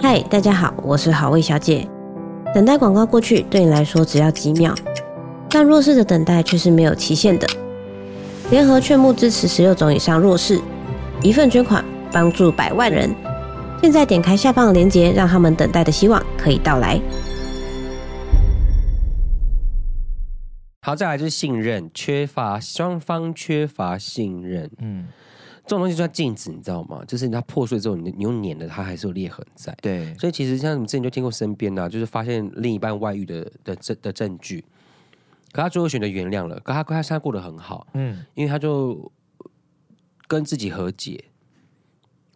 嗨，大家好，我是好味小姐。等待广告过去对你来说只要几秒，但弱势的等待却是没有期限的。联合劝募支持十六种以上弱势，一份捐款帮助百万人。现在点开下方的链接，让他们等待的希望可以到来。好，再来就是信任，缺乏双方缺乏信任，嗯，这种东西就像镜子，你知道吗？就是它破碎之后，你你用碾的，它还是有裂痕在。对，所以其实像你们之前就听过身边啊，就是发现另一半外遇的的证的证据，可他最后选择原谅了，可他他现在过得很好，嗯，因为他就跟自己和解，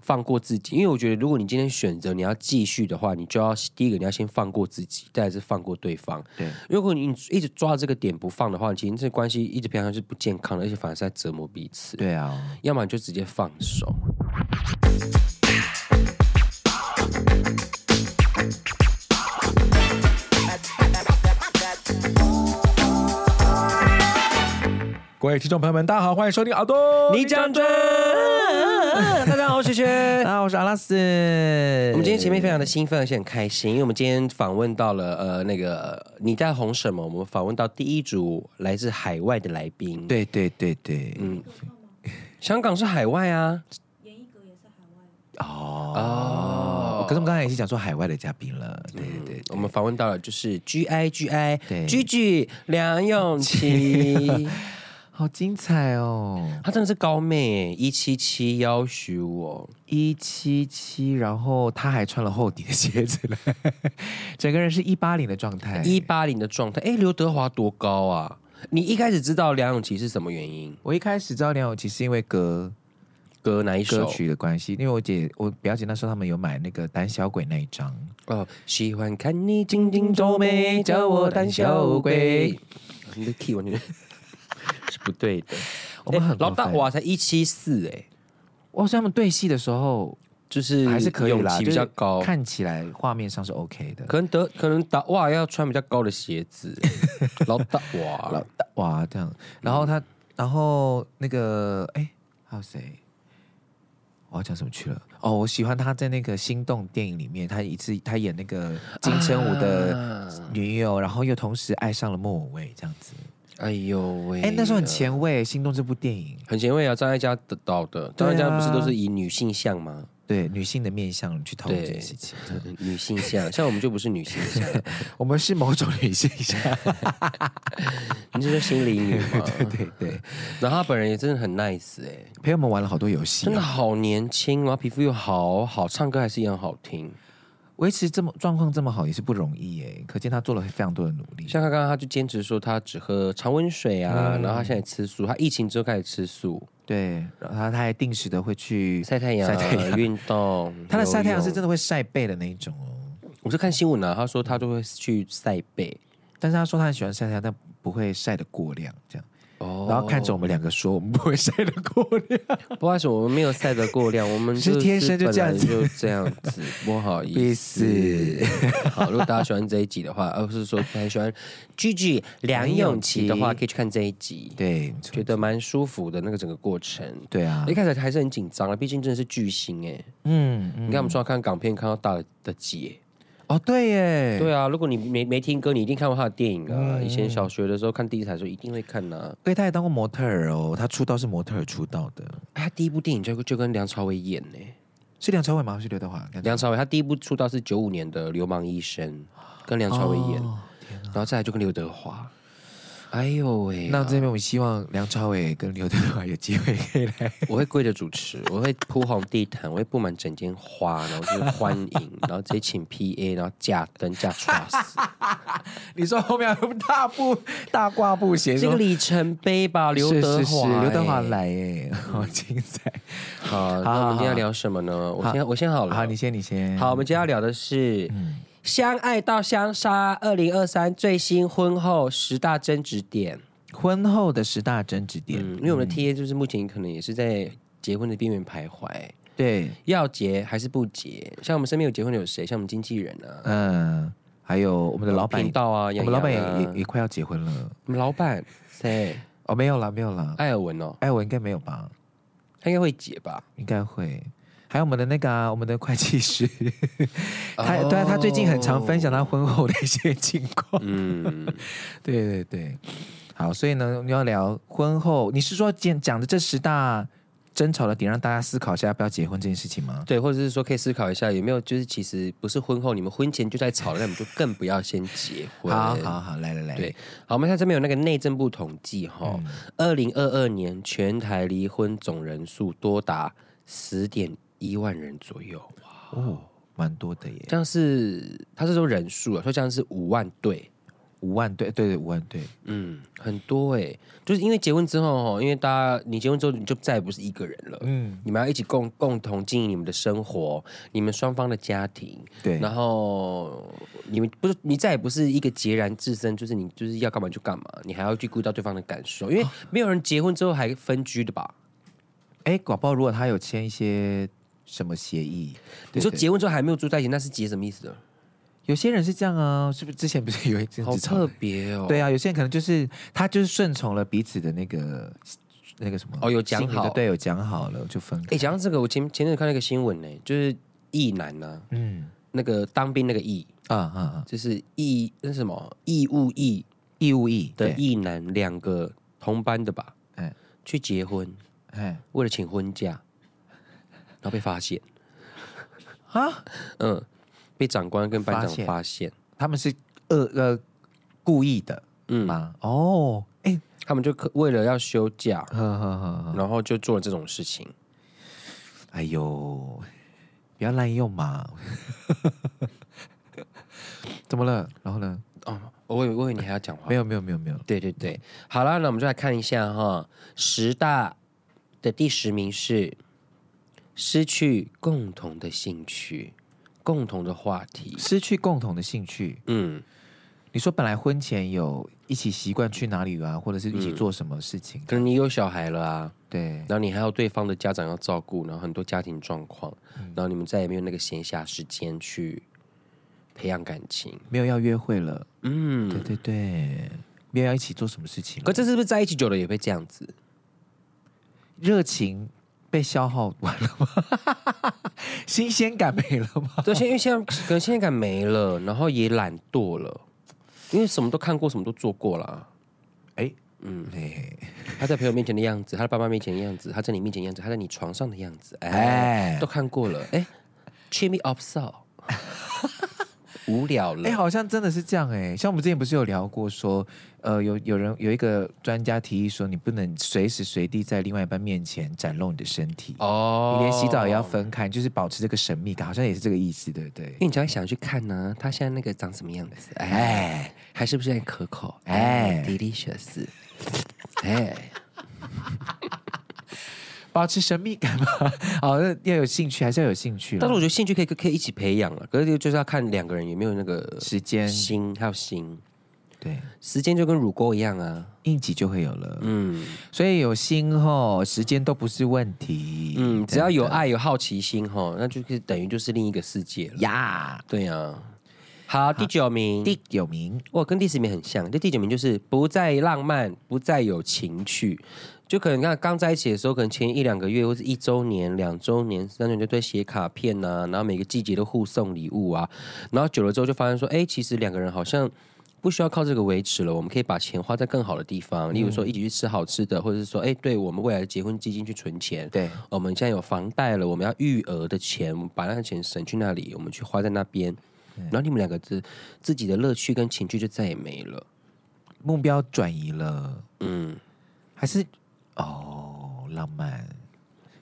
放过自己。因为我觉得，如果你今天选择你要继续的话，你就要第一个你要先放过自己，再来是放过对方。对，如果你一直抓着这个点不放的话，其实这关系一直平常是不健康的，而且反而是在折磨彼此。对啊，要么你就直接放手。各位听众朋友们，大家好，欢迎收听阿东，你讲真，大家好，我是雪雪。大家好，我是阿拉斯。我我们今天前面非常的兴奋，而且很开心，因为我们今天访问到了呃那个你在红什么？我们访问到第一组来自海外的来宾。，对对对对，嗯，香港是海外啊，哦，可是我们刚才已经讲说海外的嘉宾了，对对对，我们访问到了就是 G I G I 对 G G 梁咏 琪，好精彩哦，她真的是高妹一七七要许我，一七七，然后他还穿了厚底的鞋子了， 整个人是一八零的状态，一八零的状态。哎，刘德华多高啊？你一开始知道梁咏琪是什么原因？我一开始知道梁咏琪是因为歌歌哪一首？歌曲的关系，因为我姐我表姐那时候他们有买那个胆小鬼那一张，哦，喜欢看你紧紧皱眉，叫我胆小鬼。哎你的 key 完全 是不对的。我们很哎老过大分哇才一七四哎，哇，所以他们对戏的时候就是还是可以勇啦，气就比是较高。看起来画面上是 OK 的。可能得可能打哇要穿比较高的鞋子， 老大哇，哇，这样，然后他，然后那个，哎，还有谁？我要讲什么去了？哦，我喜欢他在那个《心动》电影里面，他一次他演那个金城武的啊女友，然后又同时爱上了莫文蔚，这样子。哎呦喂！哎，那时候很前卫，《心动》这部电影，很前卫啊，张艾嘉的导的，张艾嘉对啊不是都是以女性向吗？ 对女性的面相去讨论这对件事情。女性向，像我们就不是女性 向，我们是某种女性相，你这是心理女嘛？对对对，然后他本人也真的很 nice 哎、 陪我们玩了好多游戏真的哦，好年轻，然后皮肤又好好，唱歌还是一样好听。维持这么状况这么好也是不容易哎，可见他做了非常多的努力。像他刚刚他就坚持说他只喝常温水啊，嗯然后他现在吃素，他疫情之后开始吃素，对，然后他还定时的会去晒太阳、啊晒太阳运动。 他的晒太阳是真的，的会晒背的那一种哦。我是看新闻啊，他说他都会去晒背，但是他说他很喜欢晒太阳，但不会晒得过量这样。哦然后看着我们两个说，我们不会晒得过量，不好意思，我们没有晒得过量，我们 是就天生就本这样来子就这样子，不好意思必。 好，如果大家喜欢这一集的话，而不是说很喜欢 G G 梁咏琪的话，可以去看这一集， 对，没错觉得蛮舒服的那个整个过程。对啊一，开始还是很紧张啊，毕竟真的是巨星哎、嗯嗯，你看我们说看港片看到大的的姐，哦对耶，对啊，如果你没没听歌，你一定看过他的电影啊。以前小学的时候看第一台的时候一定会看呐、啊。对，他也当过模特儿哦，他出道是模特儿出道的，哎他第一部电影就就跟梁朝伟演呢、是梁朝伟吗？还是刘德华？梁啊梁朝伟他第一部出道是九五年的《流氓医生》，跟梁朝伟演，哦然后再来就跟刘德华。哎呦喂、那这边我们希望梁朝伟跟刘德华有机会可以来， 我会跪着主持，我会铺红地毯，我会布满整间花，然后就是欢 迎，然后直接请 PA，然后架灯架 trust，你说后面还有大步大挂布鞋这说个里程碑吧，刘是德是华、是刘德华哎来耶，好精彩。好，那我们今天要聊什么呢？我先我先好了。嗯好，你先，你先。好，我们今天要聊的是相爱到相杀，二零二三最新婚后十大争执点。婚后的十大争执点，嗯，因为我们的 TA 就是目前可能也是在结婚的边缘徘徊，对，要结还是不结？像我们身边有结婚的有谁？像我们经纪人啊，嗯，还有我们的老板频，道啊，我杨们老板也洋啊也也快要结婚了。我们老板谁？哦，没有啦，没有啦。艾尔文哦，哎，我应该没有吧？他应该会结吧？应该会。还有我们的那个、啊、我们的会计师，哦他、对啊，他最近很常分享他婚后的一些情况。 嗯，对对对，好，所以呢，你要聊婚后，你是说讲讲的这十大争吵的点，让大家思考一下要不要结婚这件事情吗？对，或者是说可以思考一下有没有，就是其实不是婚后，你们婚前就在吵了，那你们就更不要先结婚。好好好，来来来，对，好，我们看这边有那个内政部统计嗯哈，二零二二年全台离婚总人数多达十点一万人左右，哦，蛮多的耶，这样是他是说人数啊，说这样是五万对，五万对对对五万对，嗯，很多哎、就是因为结婚之后哈，因为大家你结婚之后你就再也不是一个人了，嗯，你们要一起共共同经营你们的生活，你们双方的家庭，对，然后你们不是你再也不是一个孑然自身，就是你就是要干嘛就干嘛，你还要去顾到对方的感受，因哦为没有人结婚之后还分居的吧？哎，搞不好如果他有签一些什么协议，你对说对结婚之后还没有住在一起，那是结什么意思的？有些人是这样啊，是不是之前不是有一阵好子吵特别哦。对啊，有些人可能就是他就是顺从了彼此的那个那个什么哦有讲心理的好对，有讲好了就分哎、开。讲到这个，我前前阵子看了一个新闻呢、就是役男呢、嗯那个当兵那个役，啊啊啊，就是役那什么义务役义务役的对，役男，两个同班的吧，哎去结婚，哎为了请婚假，然后被发现，啊，嗯，被长官跟班发长现发现，他们是恶呃故意的嗯，吗？哦，哎，他们就可为了要休假，呵呵呵呵，然后就做了这种事情。哎呦，不要滥用嘛。 怎么了？然后呢？哦，我以为我以为你还要讲话没，有没有没有没有，对对对，好啦，那我们就来看一下哈，十大的第十名是失去共同的兴趣、共同的话题。失去共同的兴趣。嗯，你说本来婚前有一起习惯去哪里啊，或者是嗯一起做什么事情？可能你有小孩了啊，对，然后你还有对方的家长要照顾，然后很多家庭状况，嗯然后你们再也没有那个闲暇时间去培养感情。没有要约会了，嗯，对对对，没有要一起做什么事情了，可这是不是在一起久了也会这样 子？热情被消耗完了吗？ 新鲜感没了吗？对，现因为现在可能现在感没了，然后也懒惰了，因为什么都看过，什么都做过了。哎，嗯，对，他在朋友面前的样子，他在爸妈面前的样子，他在你面前的样子，他在你床上的样子，哎，哎都，看过了。哎，cheer me up so，无聊了。哎，好像真的是这样哎。像我们之前不是有聊过说，呃，有有人有一个专家提议说，你不能随时随地在另外一半面前展露你的身体，哦你连洗澡也要，分开，就是保持这个神秘感，好像也是这个意思，对不对因？为你只要想去看呢、他现在那个长什么样子，哎，哎，还是不是很可口，哎哎，delicious，哎，保持神秘感嘛，哦，那要有兴趣，还是要有兴趣啦但是我觉得兴趣可以可以一起培养了，可是就是要看两个人有没有那个时间心，还有心，对，时间就跟乳沟一样啊，应急就会有了。嗯所以有心吼，时间都不是问题。嗯，只要真的有爱有好奇心哈，那就是等于就是另一个世界了。呀，对呀、好，第九名，第九名哇，跟第十名很像。这第九名就是不再浪漫，不再有情趣。就可能刚刚在一起的时候，可能前一两个月或是一周年、两周年、三周年就对写卡片呐、然后每个季节都互送礼物啊，然后久了之后就发现说，哎，其实两个人好像不需要靠这个维持了，我们可以把钱花在更好的地方，例如说一起去吃好吃的，或者是说，哎，对我们未来的结婚基金去存钱，对我们现在有房贷了，我们要育儿的钱，我们把那个钱省去那里，我们去花在那边，然后你们两个自自己的乐趣跟情趣就再也没了。目标转移了，嗯，还是哦浪漫？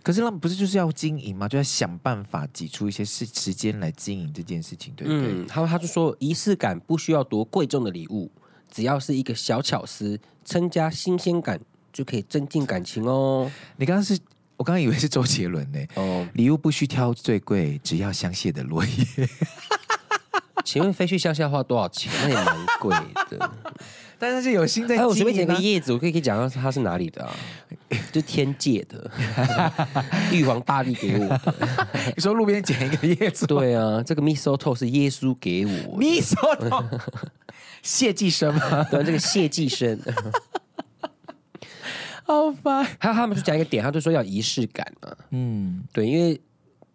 可是浪漫不是就是要经营吗？就要想办法挤出一些时时间来经营这件事情，对不对？嗯，他他就说仪式感不需要多贵重的礼物，只要是一个小巧思，增加新鲜感就可以增进感情哦。你刚刚是我刚刚以为是周杰伦呢、哦，礼物不需挑最贵，只要香榭的落叶。 请问飞去乡下花多少钱？那也蛮贵的。但是是有心在哎，我随经便捡营、个啊。叶子，我可以可以讲到它是哪里的啊？就天界的， 玉皇大帝给我的。你说路边捡一个 叶子，对啊，这个 mistletoe 是耶稣给我的，你说的 谢继生吗？对啊，这个谢祭生。好烦。还有他们就讲一个点，他就说要仪式感啊，嗯，对，因为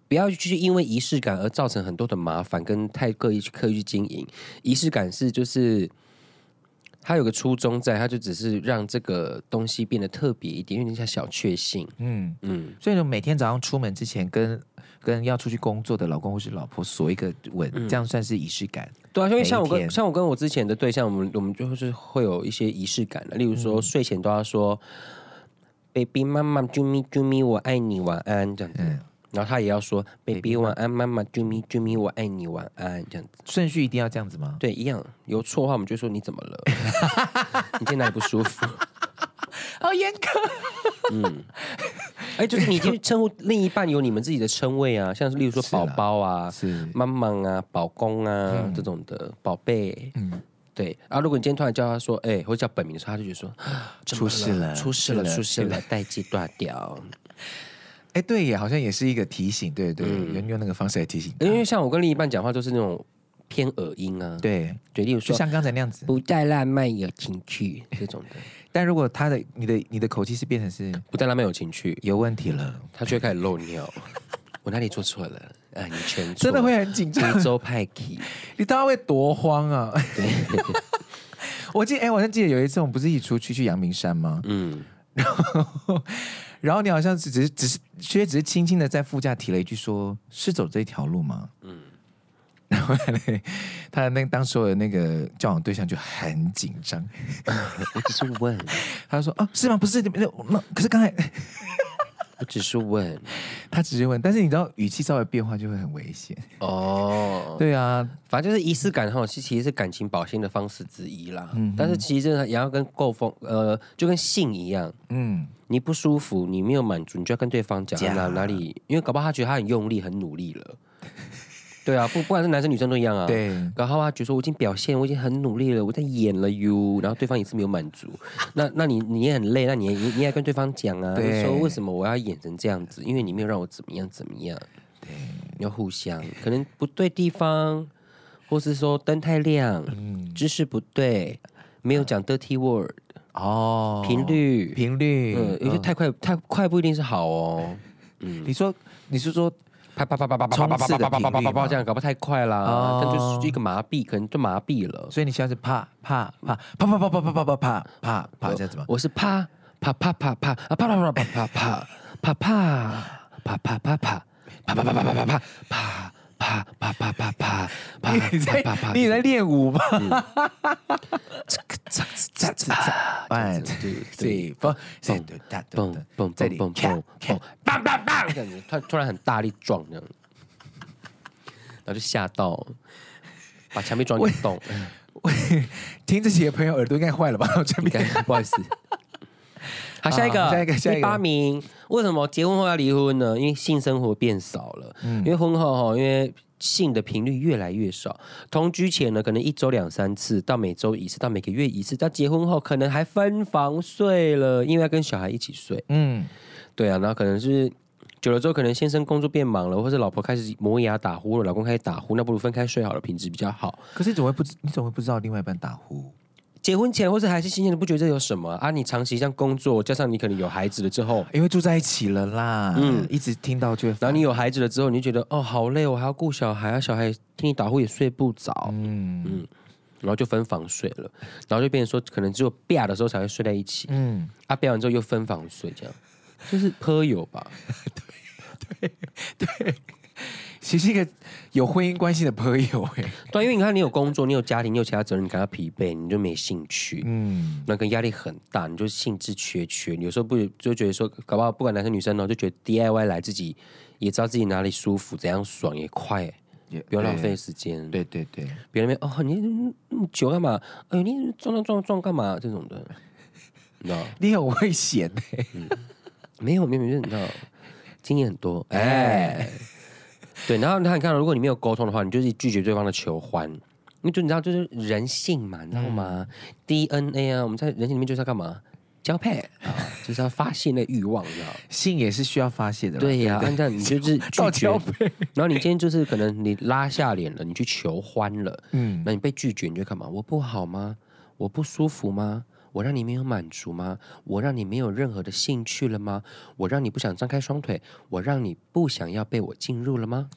不要去因为仪式感而造成很多的麻烦，跟太刻意去刻意去经营。仪式感是就是它有个初衷在，它就只是让这个东西变得特别一点，有点像小确幸。嗯，嗯，所以呢，每天早上出门之前跟跟要出去工作的老公或是老婆锁一个吻，这样算是仪式感。对啊，因为像我每一跟天像我跟我之前的对象，我们我们就是会有一些仪式感的，例如嗯说睡前都要说、baby 妈妈啾咪啾咪我爱你晚安”这样子，嗯然后他也要说 “baby 晚安，妈妈啾咪啾咪我爱你晚安”这样子。顺序一定要这样子吗？对，一样有错的话，我们就说你怎么了？ 你今天哪里不舒服？ 好严格。哎，就是你去称呼另一半有你们自己的称谓啊，像是例如说是啦宝宝啊、是妈妈啊、宝公啊、嗯这种的宝贝。嗯，对。然后如果你今天突然叫他说，哎、或者叫本名的时候，他就觉得说啊怎么出事了出事了，是的出事了，代际断 掉。哎，对耶，好像也是一个提醒，对对，用用那个方式来提醒他。因为像我跟另一半讲话都是那种偏耳音啊，嗯对，对，例如就说像刚才那样子。不带浪漫有情 趣这种的，但如果他的你的你的口气是变成是不带浪漫有情趣，有问题了，他就会开始漏尿。 我哪里做错了？啊，你全错真的会很紧张。欧洲派 key。 你大概会多慌啊！ 我记哎、我好像记得有一次我们不是一起出去去阳明山吗？嗯，然后你好像只只是只是，薛只是轻轻的在副驾提了一句说：“是走这条路吗？”嗯。然后他的他的那当时我的那个交往对象就很紧张，我只是问，他就说：“啊，是吗？不是，那那可是刚才我只是问。他只是问，但是你知道语气稍微变化就会很危险。哦，对啊，反正就是仪式感哈，是其实是感情保鲜的方式之一啦。但是其实真的也要跟够风，呃，就跟性一样，嗯，你不舒服，你没有满足，你就要跟对方讲讲哪哪里，因为搞不好他觉得他很用力、很努力了。对啊，不不管是男生女生都一样啊。。对，然后他觉得说我已经表现，我已经很努力了，我在演了 you，然后对方也是没有满 足，那那你你也很累，那你也你你也跟对方讲啊，对你说为什么我要演成这样子？因为你没有让我怎么样怎么样，对，要互相，可能不对地方，或是说灯太亮，嗯姿势不对，没有讲 dirty word，哦，啊频率，频率，嗯，有些太快太快不一定是好哦，嗯，你说你是说啪啪啪啪啪啪啪啪啪啪啪啪啪啪这样搞不太快啦，但就是一个麻痹，可能就麻痹了。所以你现在是啪啪啪啪啪啪啪啪啪啪啪啪啪这样子吗？我是啪啪啪啪啪啊啪啪啪啪啪啪啪啪啪啪啪啪啪啪啪啪啪啪啪啪啪啪啪啪啪啪你在啪啪，你也在练舞吧？哎，对对，对，蹦蹦蹦蹦蹦蹦蹦蹦，棒棒棒！这样子突突然很大力撞这样，然后就吓到，把墙壁撞一个洞，听这些朋友耳朵应该坏了吧？我这边不好意思。 好，下一个，好啊下一个下一个第八名，为什么结婚后要离婚呢？因为性生活变少了，嗯因为婚后哈，因为性的频率越来越少，同居前呢，可能一周两三次，到每周一次，到每个月一次，到结婚后可能还分房睡了，因为要跟小孩一起睡。嗯，对啊，然后可能是久了之后，可能先生工作变忙了，或是老婆开始磨牙打呼了，老公开始打呼，那不如分开睡好了，品质比较好。可是总会不知你总会不知道另外一半打呼。结婚前或是还是新鲜的，不觉得这有什么啊？你长期这样工作，加上你可能有孩子了之后，因为住在一起了啦，嗯，一直听到就会烦，然后你有孩子了之后，你就觉得哦好累，我还要顾小孩，啊，小孩听你打呼也睡不着，嗯然后就分房睡了，然后就变成说可能只有啪的时候才会睡在一起，嗯，啊啪完之后又分房睡，这样就是颇有吧？其实一个有婚姻关系的朋友，哎，对，因为你看你有工作，你有家庭，你有其他责任，你感到疲惫，你就没兴趣，嗯，那个压力很大，你就兴致缺缺。有时候不就觉得说，搞不好不管男生女生哦，就觉得 DIY 来自己也知道自己哪里舒服，怎样爽也快，不要浪费，时间。，对对对，别人面哦，你那么久干嘛？哎呦，你撞撞撞撞干嘛？这种的，你知道？你很会写呢，没有没有，就是你知道，经验很多，哎，对。然后你看，你看，如果你没有沟通的话，你就是拒绝对方的求欢。你就你知道，就是人性嘛，你知道吗、d n a 啊，我们在人性里面就是要干嘛？交配啊，就是要发泄那欲望，你知道？信也是需要发泄的啦，对呀、不按照你 就是拒到绝交配， 然后你今天就是可能你拉下脸了，你去求欢了，嗯那你被拒绝，你就干嘛？我不好吗？我不舒服吗？我让你没有满足吗？我让你没有任何的兴趣了吗？我让你不想张开双腿？我让你不想要被我进入了吗？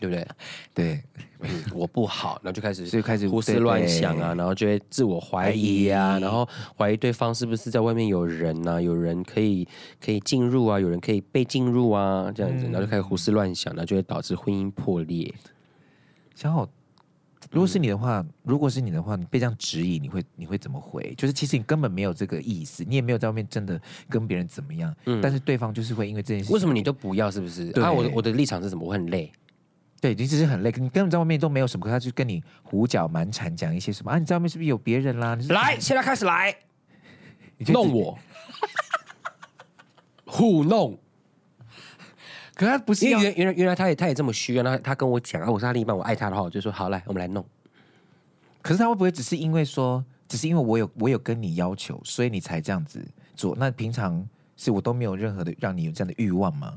对不 对？对，嗯我不好，然后就开始所以开始胡思乱想啊，，然后就会自我怀疑啊，怀疑然后怀疑对方是不是在外面有人呐、有人可以可以进入啊，有人可以被进入啊，这样子，然后就开始胡思乱想，然后就会导致婚姻破裂。对小好。嗯如果是你的话，如果是你的话，你被这样质疑，你会你会怎么回？就是其实你根本没有这个意思，你也没有在外面真的跟别人怎么样，嗯但是对方就是会因为这件事情，为什么你都不要？是不是？对啊，我的我的立场是什么？我很累。对，你只是很累，你根本在外面都没有什么，可他就跟你胡搅蛮缠，讲一些什么啊？你在外面是不是有别人啦？你是来，现在开始来你就弄直我，糊弄。 可他不是因要为原原来原来他也他也这么虚啊，那他跟我讲啊，我是他另一半，我爱他的话，我就说好来，我们来弄。可是他会不会只是因为说，只是因为我有我有跟你要求，所以你才这样子做？那平常是我都没有任何的让你有这样的欲望吗？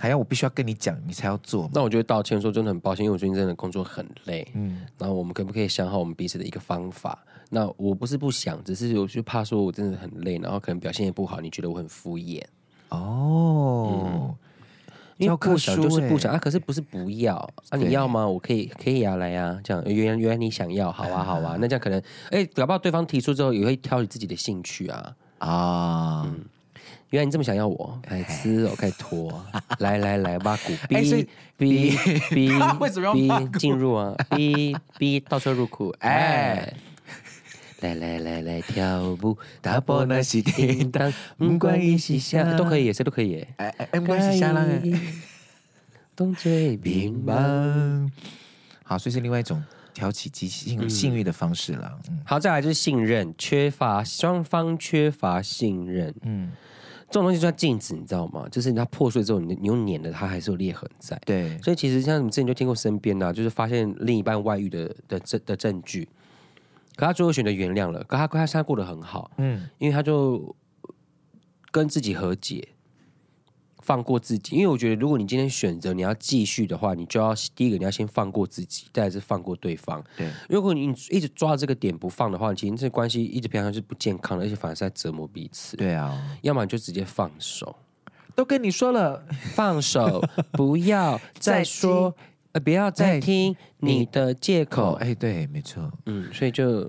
还要我必须要跟你讲，你才要做吗？那我就会道歉说，真的很抱歉，因为我最近真的工作很累。嗯，然后我们可不可以想好我们彼此的一个方法？那我不是不想，只是我就怕说我真的很累，然后可能表现也不好，你觉得我很敷衍。哦，因为教科不想就是书不欸想啊，可是不是不要啊？对你要吗？我可以，可以啊，来啊，这样原来原来你想要，好 啊，好啊，那这样可能，哎，搞不好对方提出之后也会挑你自己的兴趣啊。啊，原来你这么想要我，白痴哦，开始拖， 来来来，挖苦，哎所以，逼逼 逼 为什么要逼挖苦进入啊？逼 逼倒车入 库，哎。来来来来跳舞，打破那些叮 当，不管伊是啥都可以耶，谁都可以耶。哎哎，哎，关系下浪哎，动嘴冰明白吧。。好，所以是另外一种挑起激性性欲的方式啦。嗯好，再来就是信任，缺乏双方缺乏信任，嗯，这种东西就像镜子，你知道吗？就是它破碎之后，你你用碾的，它还是有裂痕在。对，所以其实像你之前就听过身边的啊、就是发现另一半外遇的的证的证据，可他最后选择原谅了，可他他现在过得很好，嗯，因为他就跟自己和解，放过自己。因为我觉得，如果你今天选择你要继续的话，你就要第一个你要先放过自己，再来是放过对方。对，如果你一直抓着这个点不放的话，其实这关系一直平常是不健康的，而且反而是在折磨彼此。对啊，要么你就直接放手，都跟你说了，放 手，不要再再说，呃，不要再再听你的借哦，口。哎，对，没错，嗯，所以就，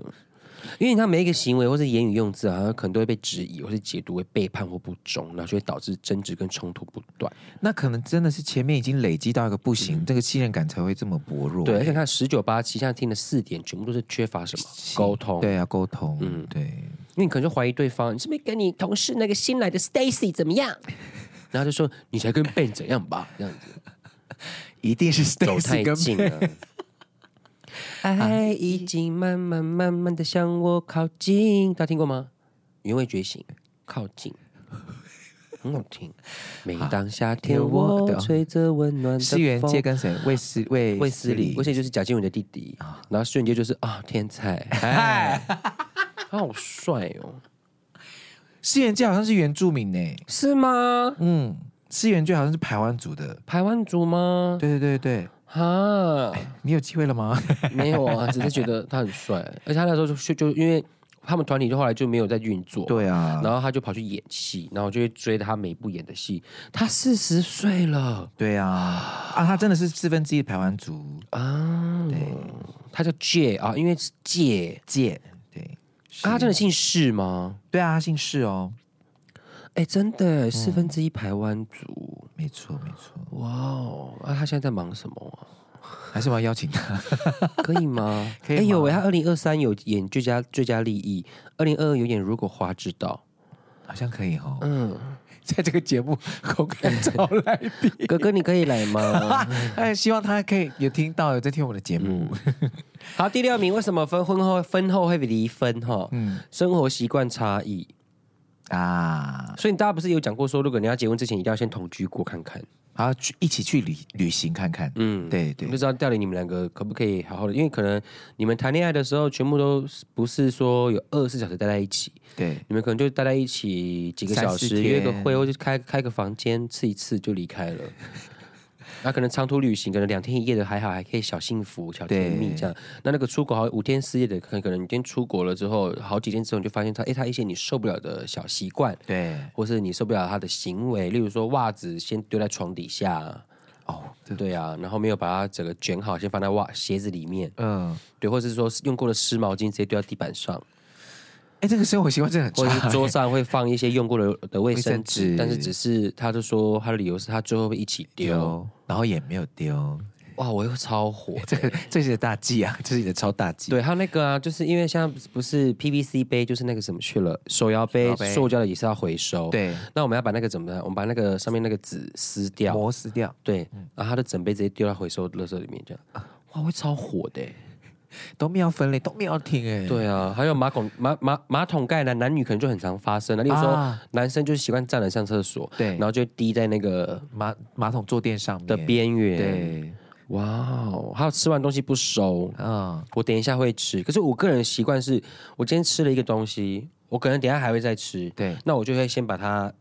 因为他每一个行为或是言语用字啊，可能都会被质疑，或是解读为背叛或不忠，然后就会导致争执跟冲突不断。那可能真的是前面已经累积到一个不行，这个信任感才会这么薄弱。嗯对，而且看十九八七现在听的四点，全部都是缺乏什么沟通，对啊，沟通，嗯嗯，对，因为你可能就怀疑对方，你是不是跟你同事那个新来的 Stacy 怎么 样？然后就说你才跟 Ben 怎样吧，这样子一定是走太近了。 爱已经慢慢慢慢的向我靠近，大家听过吗？原味觉醒，靠近，很好听。每当夏天，我我懂吹着温暖的思源风界跟谁？卫斯卫卫斯理，卫卫斯理就是贾静雯的弟弟，然后瞬间就是啊，天才，哎，他 好帅哦，思源界好像是原住民呢，是吗？嗯，思源界好像是排湾族的。台湾族吗？对对对对，啊，你有机会了吗？ 没有啊，只是觉得他很帅，而且他那时候就就就因为他们团体就后来就没有在运作，对啊，然后他就跑去演戏，然后我就会追他每部演的戏。他四十岁了对啊，啊，他真的是四分之一排湾族啊，他叫介啊，因为是介界，对，啊，他真的姓释吗？对啊，他姓释哦，哎，真的嗯耶，四分之一台湾族，没错没错，哇哦！啊，他现在在忙什么 啊？还是我要邀请他，可以吗？可以哎吗有哎，他二零二三有演最佳最佳利益，二零二二有演《如果花知道好像可以哦》。，嗯，在这个节 目公开招来宾。哥哥你可以来 吗？哎，希望他可以有听到，有在听我们的节目。好，第六名为什么分婚后婚后会离婚？哈，嗯生活习惯差异。啊，所以大家不是有讲过说，如果你要结婚之前，一定要先同居过看看。然后去一起去旅旅行看看。嗯，对对不知道到底你们两个可不可以好好的，因为可能你们谈恋爱的时候，全部都不是说有二十四小时待在一起，对，你们可能就待在一起几个小三四时，天 约个会，或者开开个房间吃一次就离开了。那可能长途旅行，可能两天一夜的还好，还可以小幸福、小甜蜜对这样。那那个出国好像五天四夜的，可能可能你今天出国了之后，好几天之后你就发现他，哎，他一些你受不了的小习惯，对，或是你受不了他的行为，例如说袜子先丢在床底下，哦，对，对啊，然后没有把它整个卷好，先放在袜鞋子里面，嗯，对，或者是说用过的湿毛巾直接丢到地板上，哎，这个生活习惯真的很或者差是 桌上会放一些用过的的卫卫生生纸纸，但是只是他就说他的理由是他最后会一起丢。丢，然后也没有丢，哇，我又超火的这个这是你的大忌啊，这是你的超大忌。对，还有那个啊，就是因为现在不是 PVC 杯，就是那个什么去了，手摇杯手摇，杯塑胶的也是要回收。，对，那我们要把那个怎么办？我们把那个上面那个纸撕掉，磨死掉。对，然后它的整杯直接丢到回收垃圾里面，这样，哇，会超火的欸。都没有分类，都没有听哎、对啊，还有马桶马马马桶盖男男女可能就很常发生了，例如说啊男生就是习惯站着上厕所，对然后就滴在那个马马桶坐垫上面的，边缘。，对，哇哦，还有吃完东西不收，嗯，我等一下会吃，可是我个人习惯是，我今天吃了一个东西，我可能等一下还会再吃，对，那我就会先把它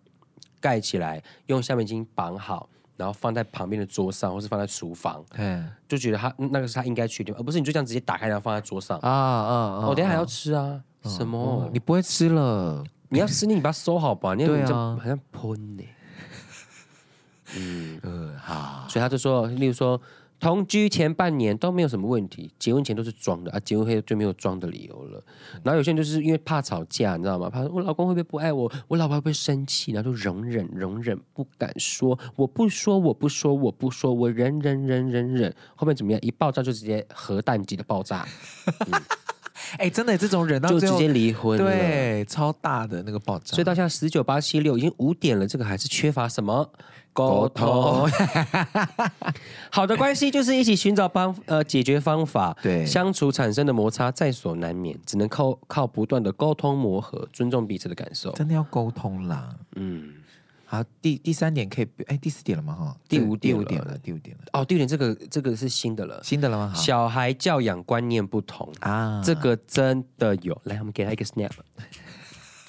盖起来，用橡皮筋绑好，然后放在旁边的桌上，或是放在厨房，嗯，就觉得它那个是它应该去的地方，而不是你就这样直接打开然后放在桌上。啊啊啊！我、等一下还要吃啊？什么？你不会吃了，你要吃你把它收好吧，你要对啊这样好像喷 呢、嗯，好，所以他就说，例如说。同居前半年都没有什么问题，结婚前都是装的啊，结婚后就没有装的理由了。嗯然后有些人就是因为怕吵架，你知道吗？怕我老公会不会不爱我，我老婆会不会生气，然后就容忍容忍，不敢说，我不说，我不说，我不说，我忍忍忍忍忍，后面怎么样？一爆炸就直接核弹级的爆炸，哎、真的这种人 到就最直后接离婚了。对超大的那个爆炸，所以到现在十九八七六已经五点了，这个还是缺乏什么沟通？好的关系就是一起寻找帮呃解决方法，对相处产生的摩擦在所难免，只能靠靠不断的沟通磨合，尊重彼此的感受。 真的要沟通啦。嗯，好，第第三点可以不，哎、第四点了吗？哈，第这五第点五了点了，第五点了，哦，第六点这个这个是新的了，新的了吗？好小孩教养观念不同，啊，这个真的有。来，我们给他一个 snap，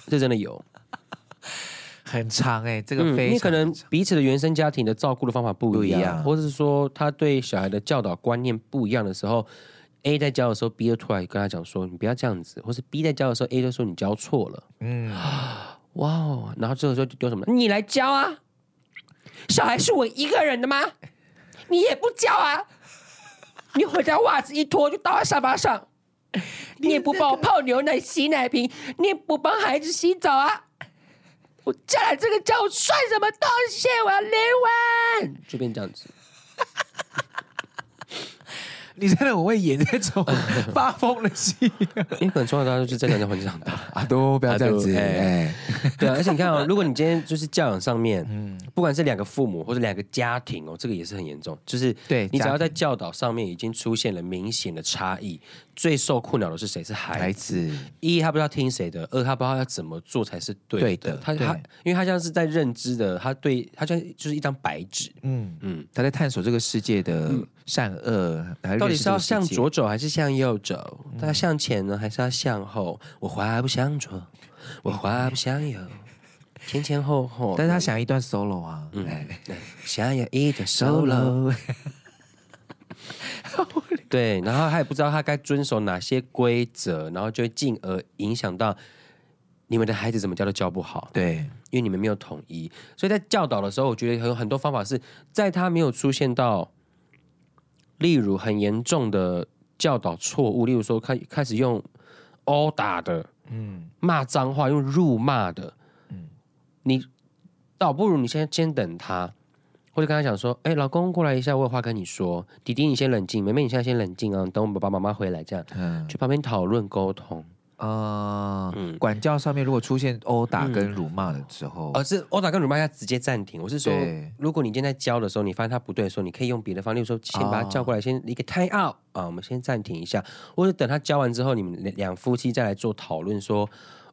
这真的有。很长哎、这个嗯，因非为常、可能彼此的原生家庭的照顾的方法不一样，不一样或者是说他对小孩的教导观念不一样的时候，A 在教的时候，B 就突然跟他讲说你不要这样子，或是 B 在教的时候，A 就说你教错了，嗯，哇哦，然后这个时候就丢什么？你来教啊，小孩是我一个人的吗？你也不教啊，你回家袜子一脱就倒在沙发上，你也不帮我泡牛奶、洗奶瓶，你也不帮孩子洗澡啊！我嫁来这个家，我算什么东西？我要离婚！就变这样子，你真的很会演这种发疯的戏因为可能从小到大就是在这样的环境长大。啊，都不要这样 子啊都哎、 对啊，而且你 看哦，如果你今天就是教养上面，嗯不管是两个父母或者两个家庭哦，这个也是很严重。就是对你只家要在教导上面已经出现了明显的差异，最受困扰的是谁？是孩哎孩子。子，一他不知道听谁的，二他不知道要怎么做才是对的。对的他对他，因为他像是在认知的，他对他像就是一张白纸，嗯嗯嗯，他在探索这个世界的善恶，还到底认识是这要个世向界嗯左走还是向右走？他向前呢，还是要向后？我滑不向左，我滑不向右，前前后后。但是他想要一段 solo 啊，哎、对想要一个 solo，对，然后他也不知道他该遵守哪些规则，然后就会进而影响到你们的孩子怎么教都教不好， 对，因为你们没有统一。所以在教导的时候，我觉得有很多方法是在他没有出现到，例如很严重的教导错误，例如说开开始用殴打的，嗯，骂脏话，用辱骂的，你倒不如你先先等他，或者跟他讲说，哎、老公过来一下，我有话跟你说，弟弟你先冷静，妹妹你现在先冷静啊，等我爸爸妈妈回来，这样嗯去旁边讨论沟通，呃嗯管教上面如果出现殴打跟辱骂的时候，而哦是殴打跟辱骂要直接暂停。我是说对，如果你今天在教的时候，你发现他不对的时候，你可以用别的方式，例如说先把他哦叫过来，先一个 time out 啊，我们先暂停一下，或者等他教完之后，你们两两夫妻再来做讨论说。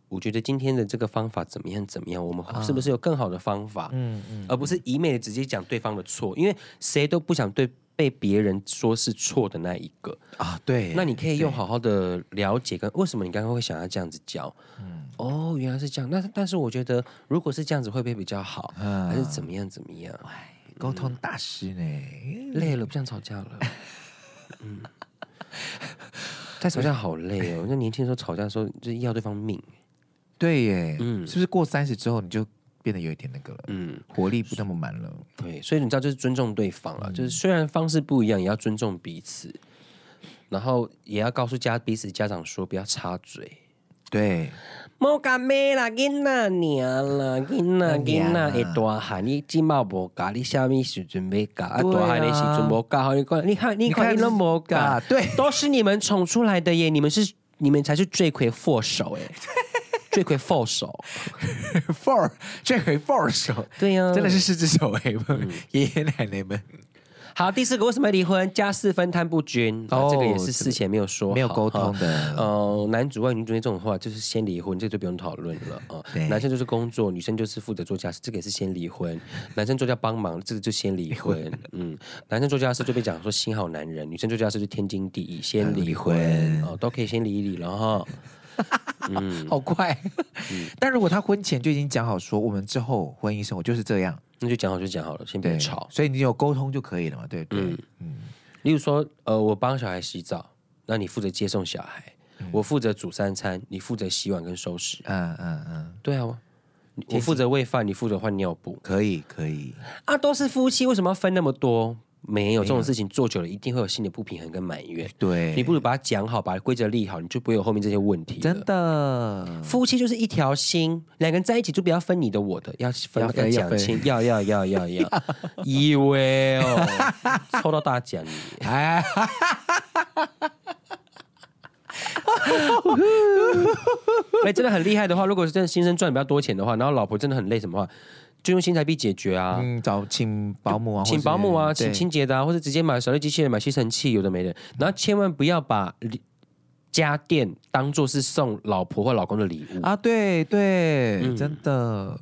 我觉得今天的这个方法怎么样？怎么样？我们是不是有更好的方法？啊嗯嗯，而不是一昧的直接讲对方的错，因为谁都不想对被别人说是错的那一个。啊，对，那你可以用好好的了解跟为什么你刚刚会想要这样子教，哦，嗯原来是这样。那但是我觉得如果是这样子会不会比较好，还是怎么样怎么样？沟通大师呢。累了，不想吵架了。嗯，嗯但吵架好累哦。那年轻的时候吵架的时候，就是要对方命。对耶，嗯是不是过三十之后你就变得有一点那个了，嗯，活力不那么满了？对，所以你知道，就是尊重对方了。就是虽然方式不一样，也要尊重彼此，然后也要告诉家彼此家长说，不要插嘴。对，莫甲咩啦，囡仔娘啦，囡仔囡仔会大汉，你即嘛无教，你啥物时阵要教？啊，对大啊汉的时阵无教，好你看，你看，你看，看你都无教啊，，对， 都是你们宠出来的耶，你们是你们才是罪魁祸首哎，罪魁祸首， four 这回 four 手。对呀、真的是。四只手哎、爷爷奶奶们好，第四个为什么离婚？家事分摊不均，哦、哦这个也是事前没有说好，没有沟通哈。的，呃，男主外女主内这种话，就是先离婚，这就不用讨论了啊、对男生就是工作，女生就是负责做家事，这个也是先离 婚。男生做家帮忙，这个就先离婚。嗯，男生做家事就被讲说心好男人，女生做家事就天经地义，先离婚离哦，都可以先离一离了哈。好快。 但如果他婚前就已经讲好说，我们之后婚姻生活就是这样，那就讲好就讲好了，先别对，吵。所以你有沟通就可以了嘛，对不对？嗯嗯例如说，呃，我帮小孩洗澡，那你负责接送小孩，我负责煮三餐，你负责洗碗跟收拾。嗯嗯嗯，对啊，我我负责喂饭，你负责换尿布。可以可以，啊，都是夫妻，为什么要分那么多？没有这种事情做久了，一定会有心理不平衡跟埋怨。对，你不如把它讲好，把规则立好，你就不会有后面这些问题。真。的夫妻就是一条心，两个人在一起就不要分你的我的，要分要要分要讲分清，要要要要 要，以为哦，抽到大 奖你。哎，哎、真的很厉害的话，如果是真的先生赚比较多钱的话，然后老婆真的很累什么话，就用新台币解决啊，嗯，找请保姆啊，请保姆啊，请请清洁的啊，或者直接买扫地机器人、买吸尘器，有的没的。然后千万不要把礼家电当做是送老婆或老公的礼物，啊，对对，嗯真的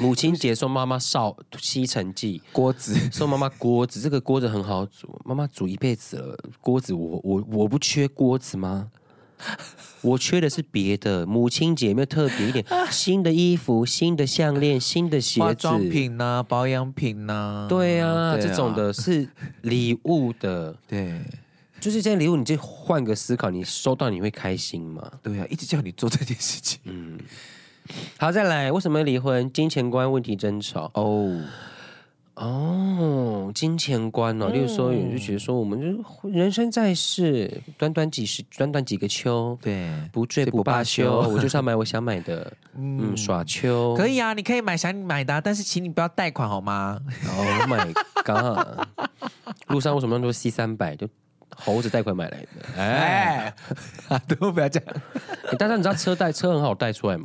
母亲节送妈妈扫吸尘器。锅子送妈妈锅子，这个锅子很好煮，妈妈煮一辈子了。锅子我我我不缺锅子吗？ 我缺的是别的。母亲节有没有特别一点？新的衣服、新的项链、新的鞋啊化子、妆品呐、保养品呐、对啊，对啊这种的是礼物的，对就是这些礼物，你就换个思考，你收到你会开心吗？对啊，一直叫你做这件事情嗯，好，再来，为什么离婚？金钱观问题争吵哦，哦，金钱观哦，例如嗯说，有人就觉得说，我们就是人生在世，短短几十，短短几个秋，对，不醉不不罢罢休，休我就是要买我想买 的，嗯，耍秋，可以啊，你可以买想买的啊、但是请你不要贷款好吗？ Oh my god！路上为什么那么多 C 三百？就猴子贷款买来的，哎。哎， 啊，都不要这样欸但是你知道车贷车很好贷出来嘛？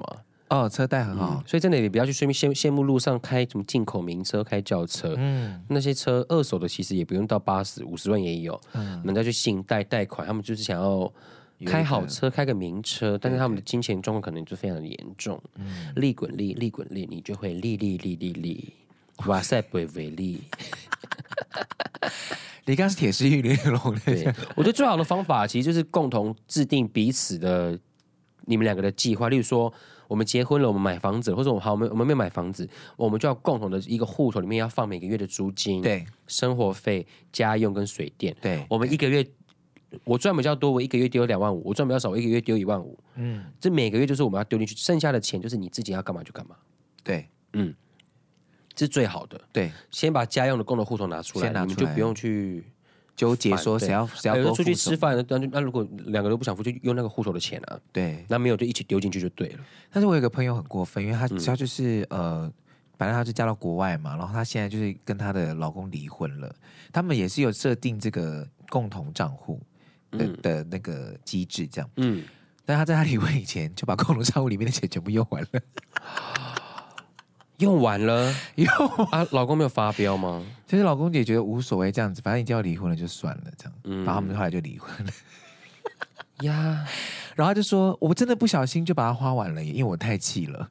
哦，车贷很好，所以真的也不要去随便羡羡慕路上开什么进口名车、开轿车，嗯，那些车二手的其实也不用到八十五十万也有，人家去信贷贷款，他们就是想要。开好车，开个名车，但是他们的金钱状况可能就非常的严重，利滚利，利滚利，你就会利利利利利，哇塞，不会为利。你刚刚是铁石玉玲珑对的，， 我觉得最好的方法其实就是共同制定彼此的你们两个的计划。例如说，我们结婚了，我们买房子，或者我们好，我们我们没有买房子，我们就要共同的一个户头里面要放每个月的租金、对生活费、家用跟水电。对，我们一个月我赚比较多，我一个月丢两万五；我赚比较少，我一个月丢一万五。嗯，这每个月就是我们要丢进去，剩下的钱就是你自己要干嘛就干嘛，对这是最好的。对，先把家用的共同户头拿出来，先拿你们出就来不用去纠结说对谁要谁要哎有时多候出去付什么吃饭，那那那如果两个都不想付，就用那个户头的钱啊。对，那没有就一起丢进去就对了。但是我有个朋友很过分，因为他嗯他就是、呃，反正他就嫁到国外嘛，然后她现在就是跟她的老公离婚了，他们也是有设定这个共同账户的、的那个机制这样，嗯，但她在她离婚以前就把共同账户里面的钱全部用完了， 用完了用啊，老公没有发飙吗？其实老公也觉得无所谓这样子，反正已经要离婚了就算了这样，嗯然后他们后来就离婚了， 呀，然后他就说我真的不小心就把它花完了耶，因为我太气了，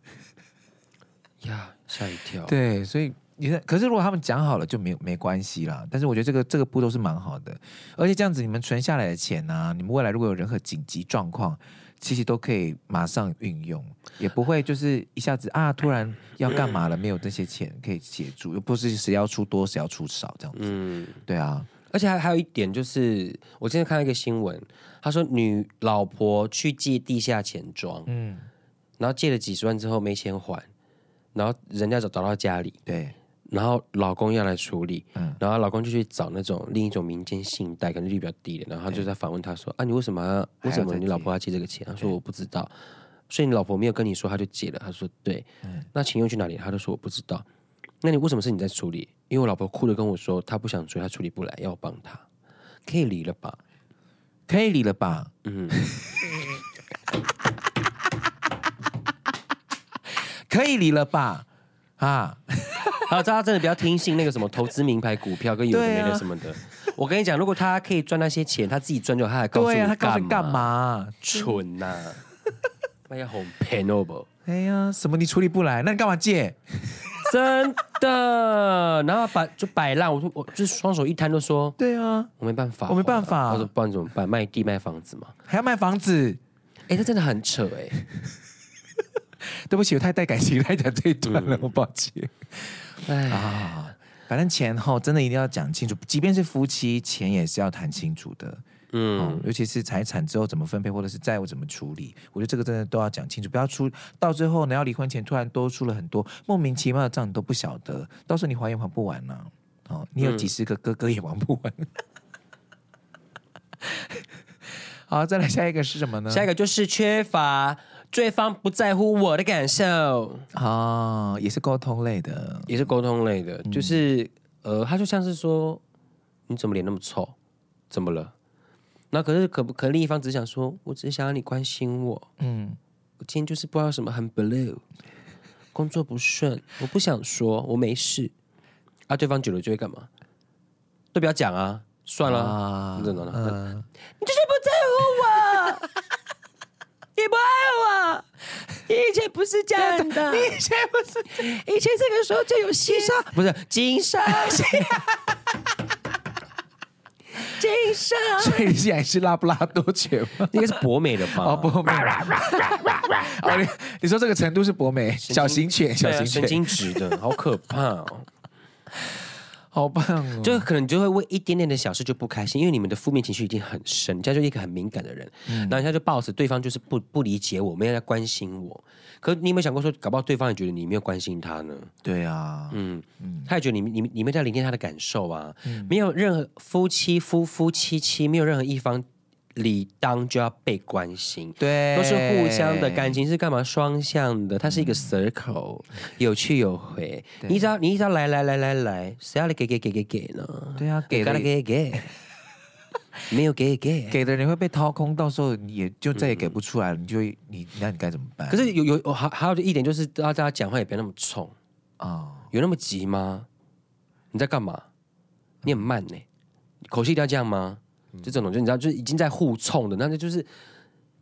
呀，吓一跳。哦对，嗯所以你看，可是如果他们讲好了就没没关系啦。但是我觉得这个这个步骤呃是蛮好的，而且这样子你们存下来的钱呢、啊，你们未来如果有任何紧急状况，其实都可以马上运用，也不会就是一下子啊突然要干嘛了，没有这些钱可以协助，又不是谁要出多谁要出少这样子。嗯，对啊，而且还还有一点就是，我今天看到一个新闻，他说女老婆去借地下钱庄，嗯，然后借了几十万之后没钱还，然后人家找找到家里，对，然后老公要来处理，嗯然后老公就去找那种另一种民间信贷，可能利率比较低的，然后他就在反问他说：“啊，你为什么要还为要什么再你借老婆要借这个钱？”他说：“我不知道。”所以你老婆没有跟你说，他就借了。他说：“对。嗯那钱又去哪里？他就说：“我不知道。”那你为什么是你在处理？因为我老婆哭着跟我说，她不想追，她处理不来，要我帮她，可以离了 吧？ 可以理了吧？嗯，可以理了吧？啊，还有大家真的不要听信那个什么投资名牌股票跟有的没对的啊什么的。我跟你讲，如果他可以赚那些钱，他自己赚就好，他还告诉对你啊，他告诉你干？嘛？蠢呐、啊！哎呀，红 penable。哎呀，什么你处理不来，那你干嘛借？ 真的，然后把就摆烂，我就我就是双手一摊，就说对啊，我没办法，我没办法我说不然怎么办？卖地卖房子嘛？还要卖房子。哎，这真的很扯哎、对不起，我太带感情来讲这一段了，我抱歉。哎，嗯啊，反正钱哈，真的一定要讲清楚，即便是夫妻，钱也是要谈清楚的。嗯嗯，，尤其是财产之后怎么分配，或者是债务怎么处理，我觉得这个真的都要讲清楚，不要出到最后呢，要离婚前突然多出了很多莫名其妙的账，你都不晓得，到时候你还也还不完呢、哦，你有几十个哥哥也还不完。 好，再来下一个是什么呢？下一个就是缺乏对方不在乎我的感受，啊、也是沟通类的，也是沟通类的，嗯就是呃，他就像是说你怎么脸那么臭，怎么了？那可是可不可另一方只想说，我只想要你关心我，嗯，我今天就是不知道什么很 blue，工作不顺，我不想说，我没事。啊，对方久了就会干嘛？都不要讲啊，算了，啊你怎么了？嗯，你就是不在乎我，你不爱我，你以前不是这样的，以前不是以前这个时候就有西沙，不是 金沙，金沙，所以现在是拉布拉多犬 吗？应该是博美的吧？哦，博美。 哦，你你说这个程度是博美小型犬，小对啊型神犬，经质的，好可怕 哦。好棒哦！就可能你就会为一点点的小事就不开心，因为你们的负面情绪已经很深，你这样就是一个很敏感的人，嗯然后人家就抱着对方就是不不理解我，没有在关心我。可你有没有想过说，搞不好对方也觉得你没有关心他呢？对啊，嗯，他也觉得你你你没有在聆听他的感受啊，没有任何夫妻夫夫妻妻，没有任何一方理当就要被关心。对，都是互相的，感情是干嘛？双向的，它是一个 circle，有去有回。你只要你只要来来来来来，谁要来给给给给给呢？对啊，给给了了给给，没有给给。给的人会被掏空，到时候你也就再也给不出来了，你就会你那你该怎么办？可是有有还还有一点就是，大家讲话也不要那么冲，啊，有那么急吗？你在干嘛？你很慢呢、口气一定要这样吗？嗯就这种，就你知道，就是已经在互冲的，那就就是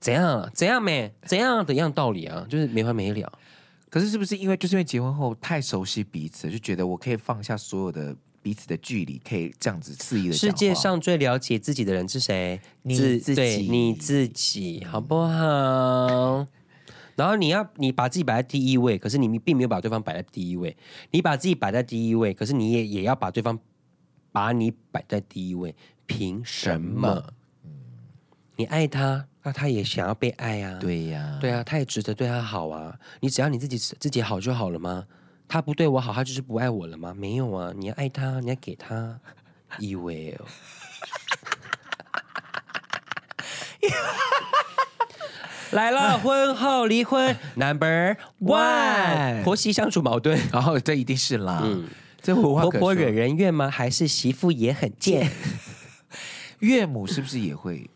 怎样啊怎样没怎样的一样道理啊，就是没完没了。可是是不是因为就是因为结婚后太熟悉彼此，就觉得我可以放下所有的彼此的距离，可以这样子肆意的世界上最了解自己的人是谁？你自己对你自己，好不好？然后你要你把自己摆在第一位，可是你并没有把对方摆在第一位。你把自己摆在第一位，可是你也也要把对方把你摆在第一位，凭什么？你爱他，那他也想要被爱啊。嗯对呀，对啊，他也值得对他好啊。你只要你自己自己好就好了吗？他不对我好，他就是不爱我了吗？没有啊，你要爱他，你要给他，以为 哦。来了，婚后离婚 number one， One 婆媳相处矛盾，然后这一定是啦，这无嗯话婆可说婆惹人怨吗？还是媳妇也很贱？岳母是不是也会？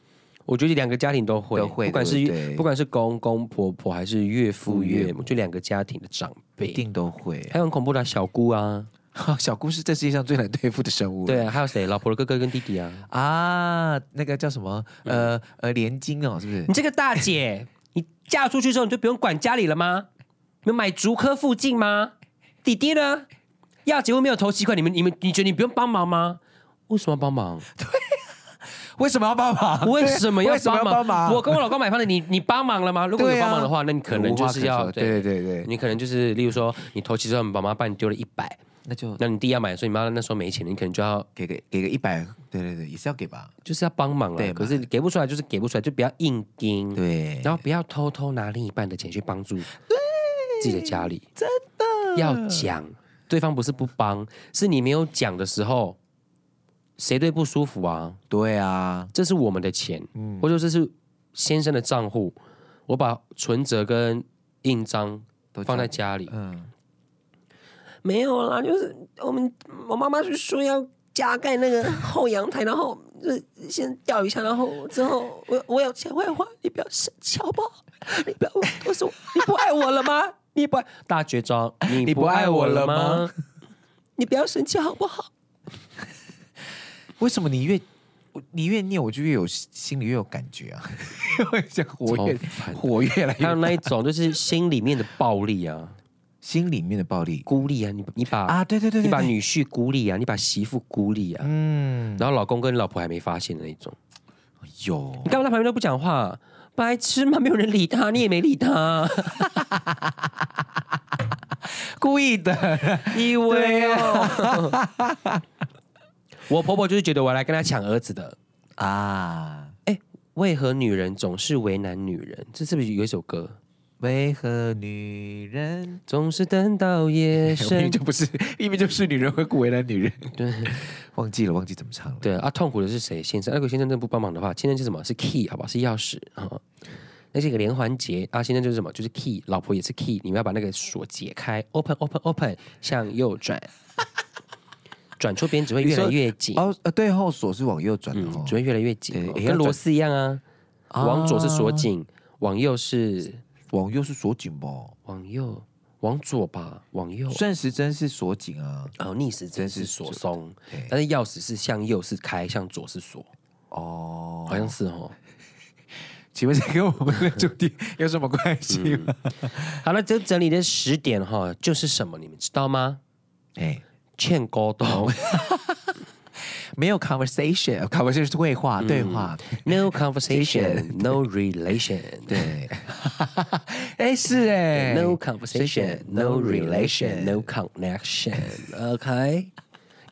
我觉得两个家庭都会，都会不管对不是对不管是公公婆婆还是岳父岳岳母，就两个家庭的长辈，一定都会。 还有很恐怖的小姑啊，小姑是这世界上最难对付的生物。对啊，还有谁？老婆的哥哥跟弟弟啊。啊，那个叫什么？呃呃，连襟哦，是不是嗯你？这个大姐，你嫁出去之后你就不用管家里了吗？你们买竹科附近吗？弟弟呢？要结婚没有投期款，你们你们你觉得你不用帮忙吗？为什么要帮忙？为什么要帮 忙？为什么要啊为什么要帮帮忙我跟我老公买房的，你你帮忙了吗？如果对有啊帮忙的话，那你可能就是无话要可说对对对对，你可能就是，例如说，你头期之后，你爸妈帮你丢了一百，那就那你弟要买，所以你妈那时候没钱，你可能就要给个给个一百，对对对，也是要给吧？就是要帮忙对了。嘛可是你给不出来，就是给不出来，就不要硬盯。，对，然后不要偷偷拿另一半的钱去帮助自己的家里，真的要讲。对方不是不帮，是你没有讲的时候，谁对不舒服啊？对啊，这是我们的钱，或者这是先生的账户，我把存折跟印章都放在家里，嗯，没有啦，就是我们我妈妈是说要加盖那个后阳台，然后就是先钓鱼下，然后之后我我有钱会花，你不要生气好不好？你不要我说你不爱我了吗？你不爱大绝招，你你不不爱爱我我了了吗吗？你不要生气好不好？为什么你越你越念，我就越有心里越有感觉啊？ 我想火越超烦的火越来还有越那一种就是心里面的暴力啊，心里面的暴力 孤立啊，你你把啊！对对对你对，把对女婿孤立啊，你把媳妇孤立啊，嗯然后老公跟老婆还没发现的那种。有你干嘛在旁边都不讲话？白痴吗？没有人理他，你也没理他，故意 的，以啊为哦。我婆婆就是觉得我来跟她抢儿子的。啊，为何女人总是为难女人？这是不是有一首歌？为何女 人？总是等到夜 明深明就。不是，明明就是女人会为难女 人。对忘记了，忘记怎么唱了。对啊，痛苦的是谁？先生，那个哎先生真的不帮忙的话，先生是什么？是 key 好不好？是钥匙啊。那是一个连环结啊，先生就是什么？就是 key，老婆也是 key，你们要把那个锁解开，open open open，向右转，转出边只会越来越紧。哦，呃，对，后锁是往右转的哦嗯，。只会越来越紧对哦，也跟要螺转丝一样啊。啊往左是锁紧，往右是往右是锁紧吧？往右，往左吧，往右。顺时针是锁紧啊。哦，逆时针真是是锁左松对，但是钥匙是向右是开，向左是锁，哦，好像是哦。请问这跟我们的主题 有什么关系吗？好了，这整理的十点哈，就是什么，你们知道吗？哎，欠沟通没有 conversation，conversation 是对话，对话。 ，no conversation，no relation，对，哎，是哎，no conversation，no relation，no connection，OK。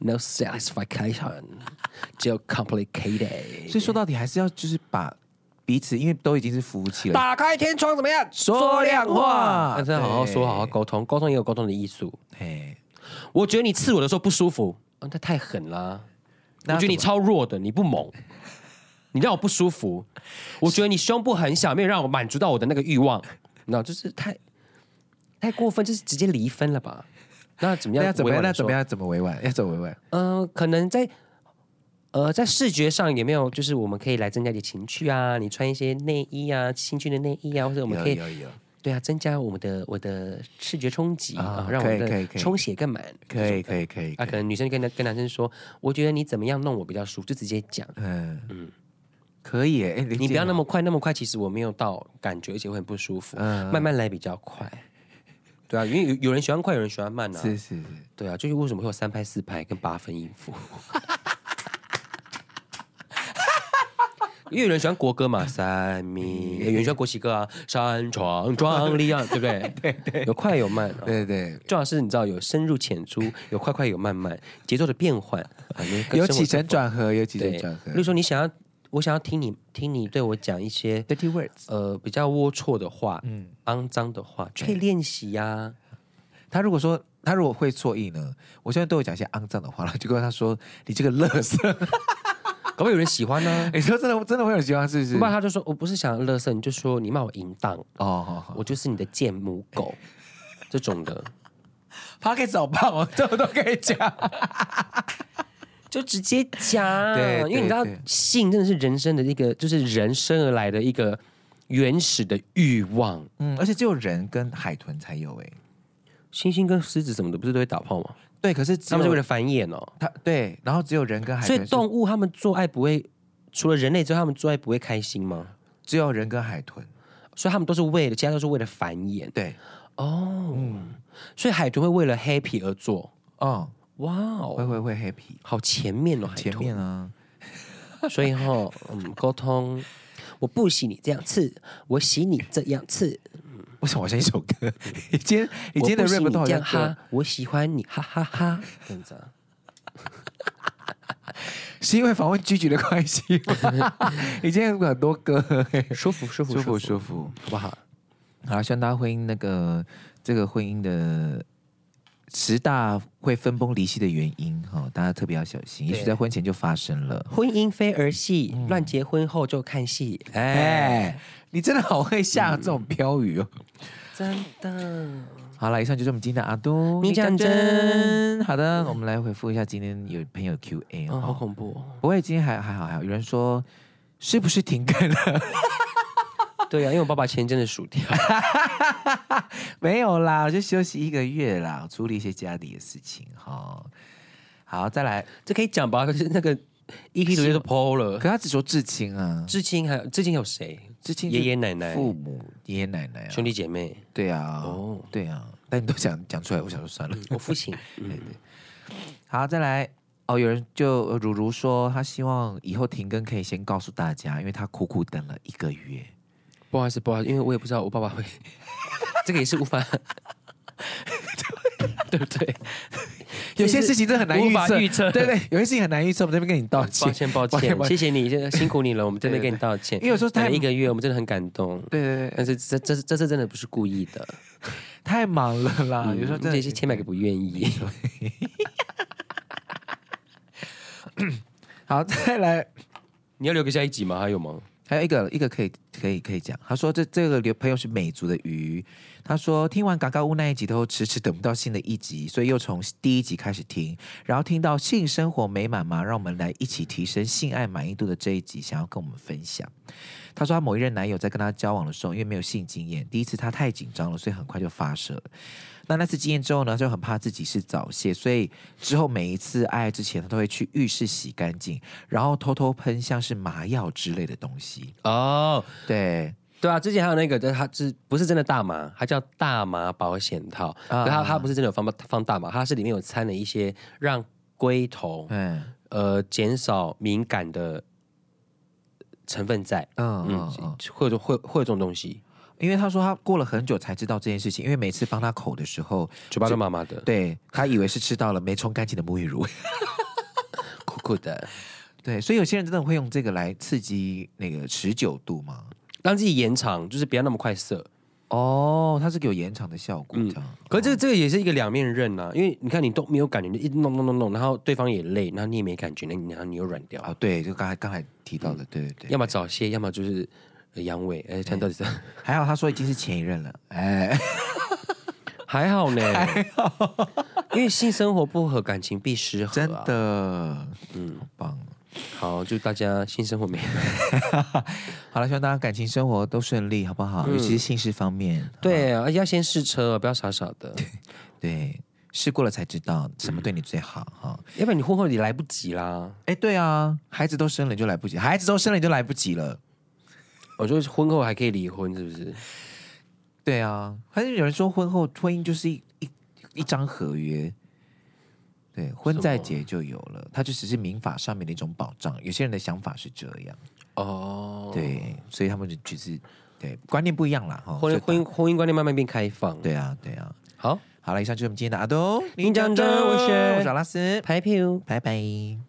No satisfaction，就 complicated。所以说到底还是要就是把彼此，因为都已经是夫妻了，打开天窗怎么样？说亮话但是好好说，对好好沟通，沟通也有沟通的艺术。哎，我觉得你刺我的时候不舒服，啊，那太狠啦！我那要觉得你怎么超弱的，你不 猛，你让我不舒服。我觉得你胸部很小，没有让我满足到我的那个欲望，那就是太太过分，就是直接离分了吧？那怎么那样？要怎么样？那那怎么？样？怎么委婉？要怎么委婉？嗯、可能在呃在视觉上有没有就是我们可以来增加一点情趣啊？你穿一些内衣啊，新趣的内衣啊，或者我我们可以有，对啊，增加我们的我的视觉冲击啊啊，让我可以们可的以可以充血更满。可以可以可以啊，，可能女生跟男跟男生说，我觉得你怎么样弄我比较舒服，就直接讲，嗯嗯，可以哎，你不要那么么快，那么快，其实我没有到感觉，而且会很不舒服，嗯慢慢来比较 快。对啊，因为有有人喜欢快，有人喜欢慢啊。是是是，对啊，就是为什么会有三拍、四拍跟八分音 符？因为有人喜欢国歌嘛，三米，嗯有人喜欢国旗歌啊，山床壮丽 啊，对不对？对对，有快有慢、啊，对对，最好是你知道有深入浅出，有快快有慢慢，节奏的变换，啊你跟有生活起承中转合，有起承对转合例。如说，你想要我想要听你听你对我讲一些 Dirty words，呃比较龌龊的话，嗯，肮脏的话，就可以练习呀、他如果说他如果会错意呢，我现在对我讲一些肮脏的话了，就跟他说你这个垃圾， 搞不好有人喜欢呢、你说真的真的会有希望是不是？不然他就说我不是想要乐色，你就说你骂我淫荡，哦，哎好好我就是你的贱母 狗，这种的， ，Pockets 好棒哦，这么都可以讲。就直接讲。对因为你知道对对性真的是人生的一个，就是人生而来的一个原始的欲望。嗯，而且只有人跟海豚才有哎。猩猩跟狮子什么的不是都会打炮吗？对，可是只他们是为有了繁衍哦，他对，然后只有人跟海所豚以是，动物他们做爱不会，除了人类之外，他们做爱不会开心吗？只有人跟海豚。所以他们都是为了，其他都是为了繁衍对，哦。所以海豚会为了 happy 而做，哦，哇会哦，会会 happy，好前面哦，海豚前面啊，所以哈，嗯，沟通，我不洗你这样刺，我洗你这样刺，为什么好像一首歌？你今天你我今天的不洗 rap 你都好这像样歌哈，，我喜欢你哈哈哈，这样子啊。是因为访问居居的关系吗？ 你今天有很多歌，舒服舒服舒舒服舒服，服。好不好？好啦，希望大家婚姻那个这个婚姻的十大会分崩离析的原因哈、大家特别要小心，也许对在婚前就发生了。婚姻非儿戏，嗯乱结婚后就看戏。哎，哎，你真的好会下这种标语哦！真的，好了，以上就是我们今天的阿啊都你讲真。好的，我们来回复一下今天有朋友 Q A 哦，好哦，恐怖、哦。不会，今天还还好还好。有人说是不是 停更了？哦对呀、啊因为我爸爸前一阵子薯条，没有啦，我就休息一个月啦，处理一些家里的事情哈。好，再来， 这可以讲吧？可是那个 E EP 主角都 PO 了可，他只说至亲啊，至亲还有至亲有谁？至亲是爷爷奶奶、父母、爷爷奶奶啊，兄弟姐妹。对啊，哦嗯对啊，但你都想讲出来，我想说算了。我父亲，好，再来哦，有人就呃如如说，他希望以后停更可以先告诉大家，因为他苦苦等了一个月。不好意思，不好意思，因为我也不知道我爸爸会， 这个也是无法， 对不对？有些事情真的很难无法预预测对对，有些事情很难预测，我们这边跟你道歉抱。歉，抱歉，谢谢你，真的辛苦你了，我们真的对对跟你道歉。因为有时候太等了一个月，我们真的很感动，对对对，但是这这这次真的不是故意的，太忙了啦，有时候嗯真这也的是千百个不愿意。好，再来，你要留给下一集吗？还有吗？还有一个一个可以可以可以讲，他说这这个留朋友是美族的鱼，他说听完《嘎嘎屋》那一集都迟迟等不到新的一集，所以又从第一集开始听，然后听到性生活美满嘛，让我们来一起提升性爱满意度的这一集，想要跟我们分享。他说他某一任男友在跟他交往的时候，因为没有性经验，第一次他太紧张了，所以很快就发射了。那那次经验之后呢，就很怕自己是早泄，所以之后每一次爱爱之前，他都会去浴室洗干净，然后偷偷喷像是麻药之类的东西。哦， 对，对啊，之前还有那个，但它是不是真的大麻？它叫大麻保险套，啊可它它不是真的有放放大麻，它是里面有掺了一些让龟头嗯呃减少敏感的成分在，嗯嗯嗯，嗯，会有这会会有这种东西，因为他说他过了很久才知道这件事情，因为每次帮他口的时候，嘴巴都麻麻的，对他以为是吃到了没冲干净的沐浴乳。 苦苦的，对，所以有些人真的会用这个来刺激那个持久度嘛。让自己延长，就是不要那么快射。哦，它是有延长的效果，嗯这样。可是这个这个也是一个两面刃呐、啊因为你看你都没有感觉，你一直弄弄弄弄，然后对方也累，然后你也没感觉，那你然后你又软掉，哦，对，就刚才刚才提到的，对对对。要么早泄，要么就是呃阳痿，哎、看到底是还好他说已经是前一任了，哎， 还好呢，因为性生活不和，感情必失和、啊，真的，嗯，好棒。好，祝大家性生活 美满。好了，希望大家感情生活都顺利，好不好？尤其是性事方面，嗯对啊，而且要先试车、哦，不要傻傻的，对，试过了才知嗯道什么对你最好哈。要不然你婚后也来不及啦。哎、对啊，孩子都生了你就来不及，孩子都生了你就来不及了。我觉得婚后还可以离婚，是不是？对啊，反正有人说婚后婚姻就是一一一张合约，对，婚在结就有了，它就只是民法上面的一种保障。有些人的想法是这样，哦，对，所以他们就只是对观念不一样啦。哈，婚所姻婚姻以婚姻观念慢慢变开放。，对啊，对啊。好，好了，以上就是我们今天的阿东，你讲真我选我是阿拉斯，拍片哦。拜拜。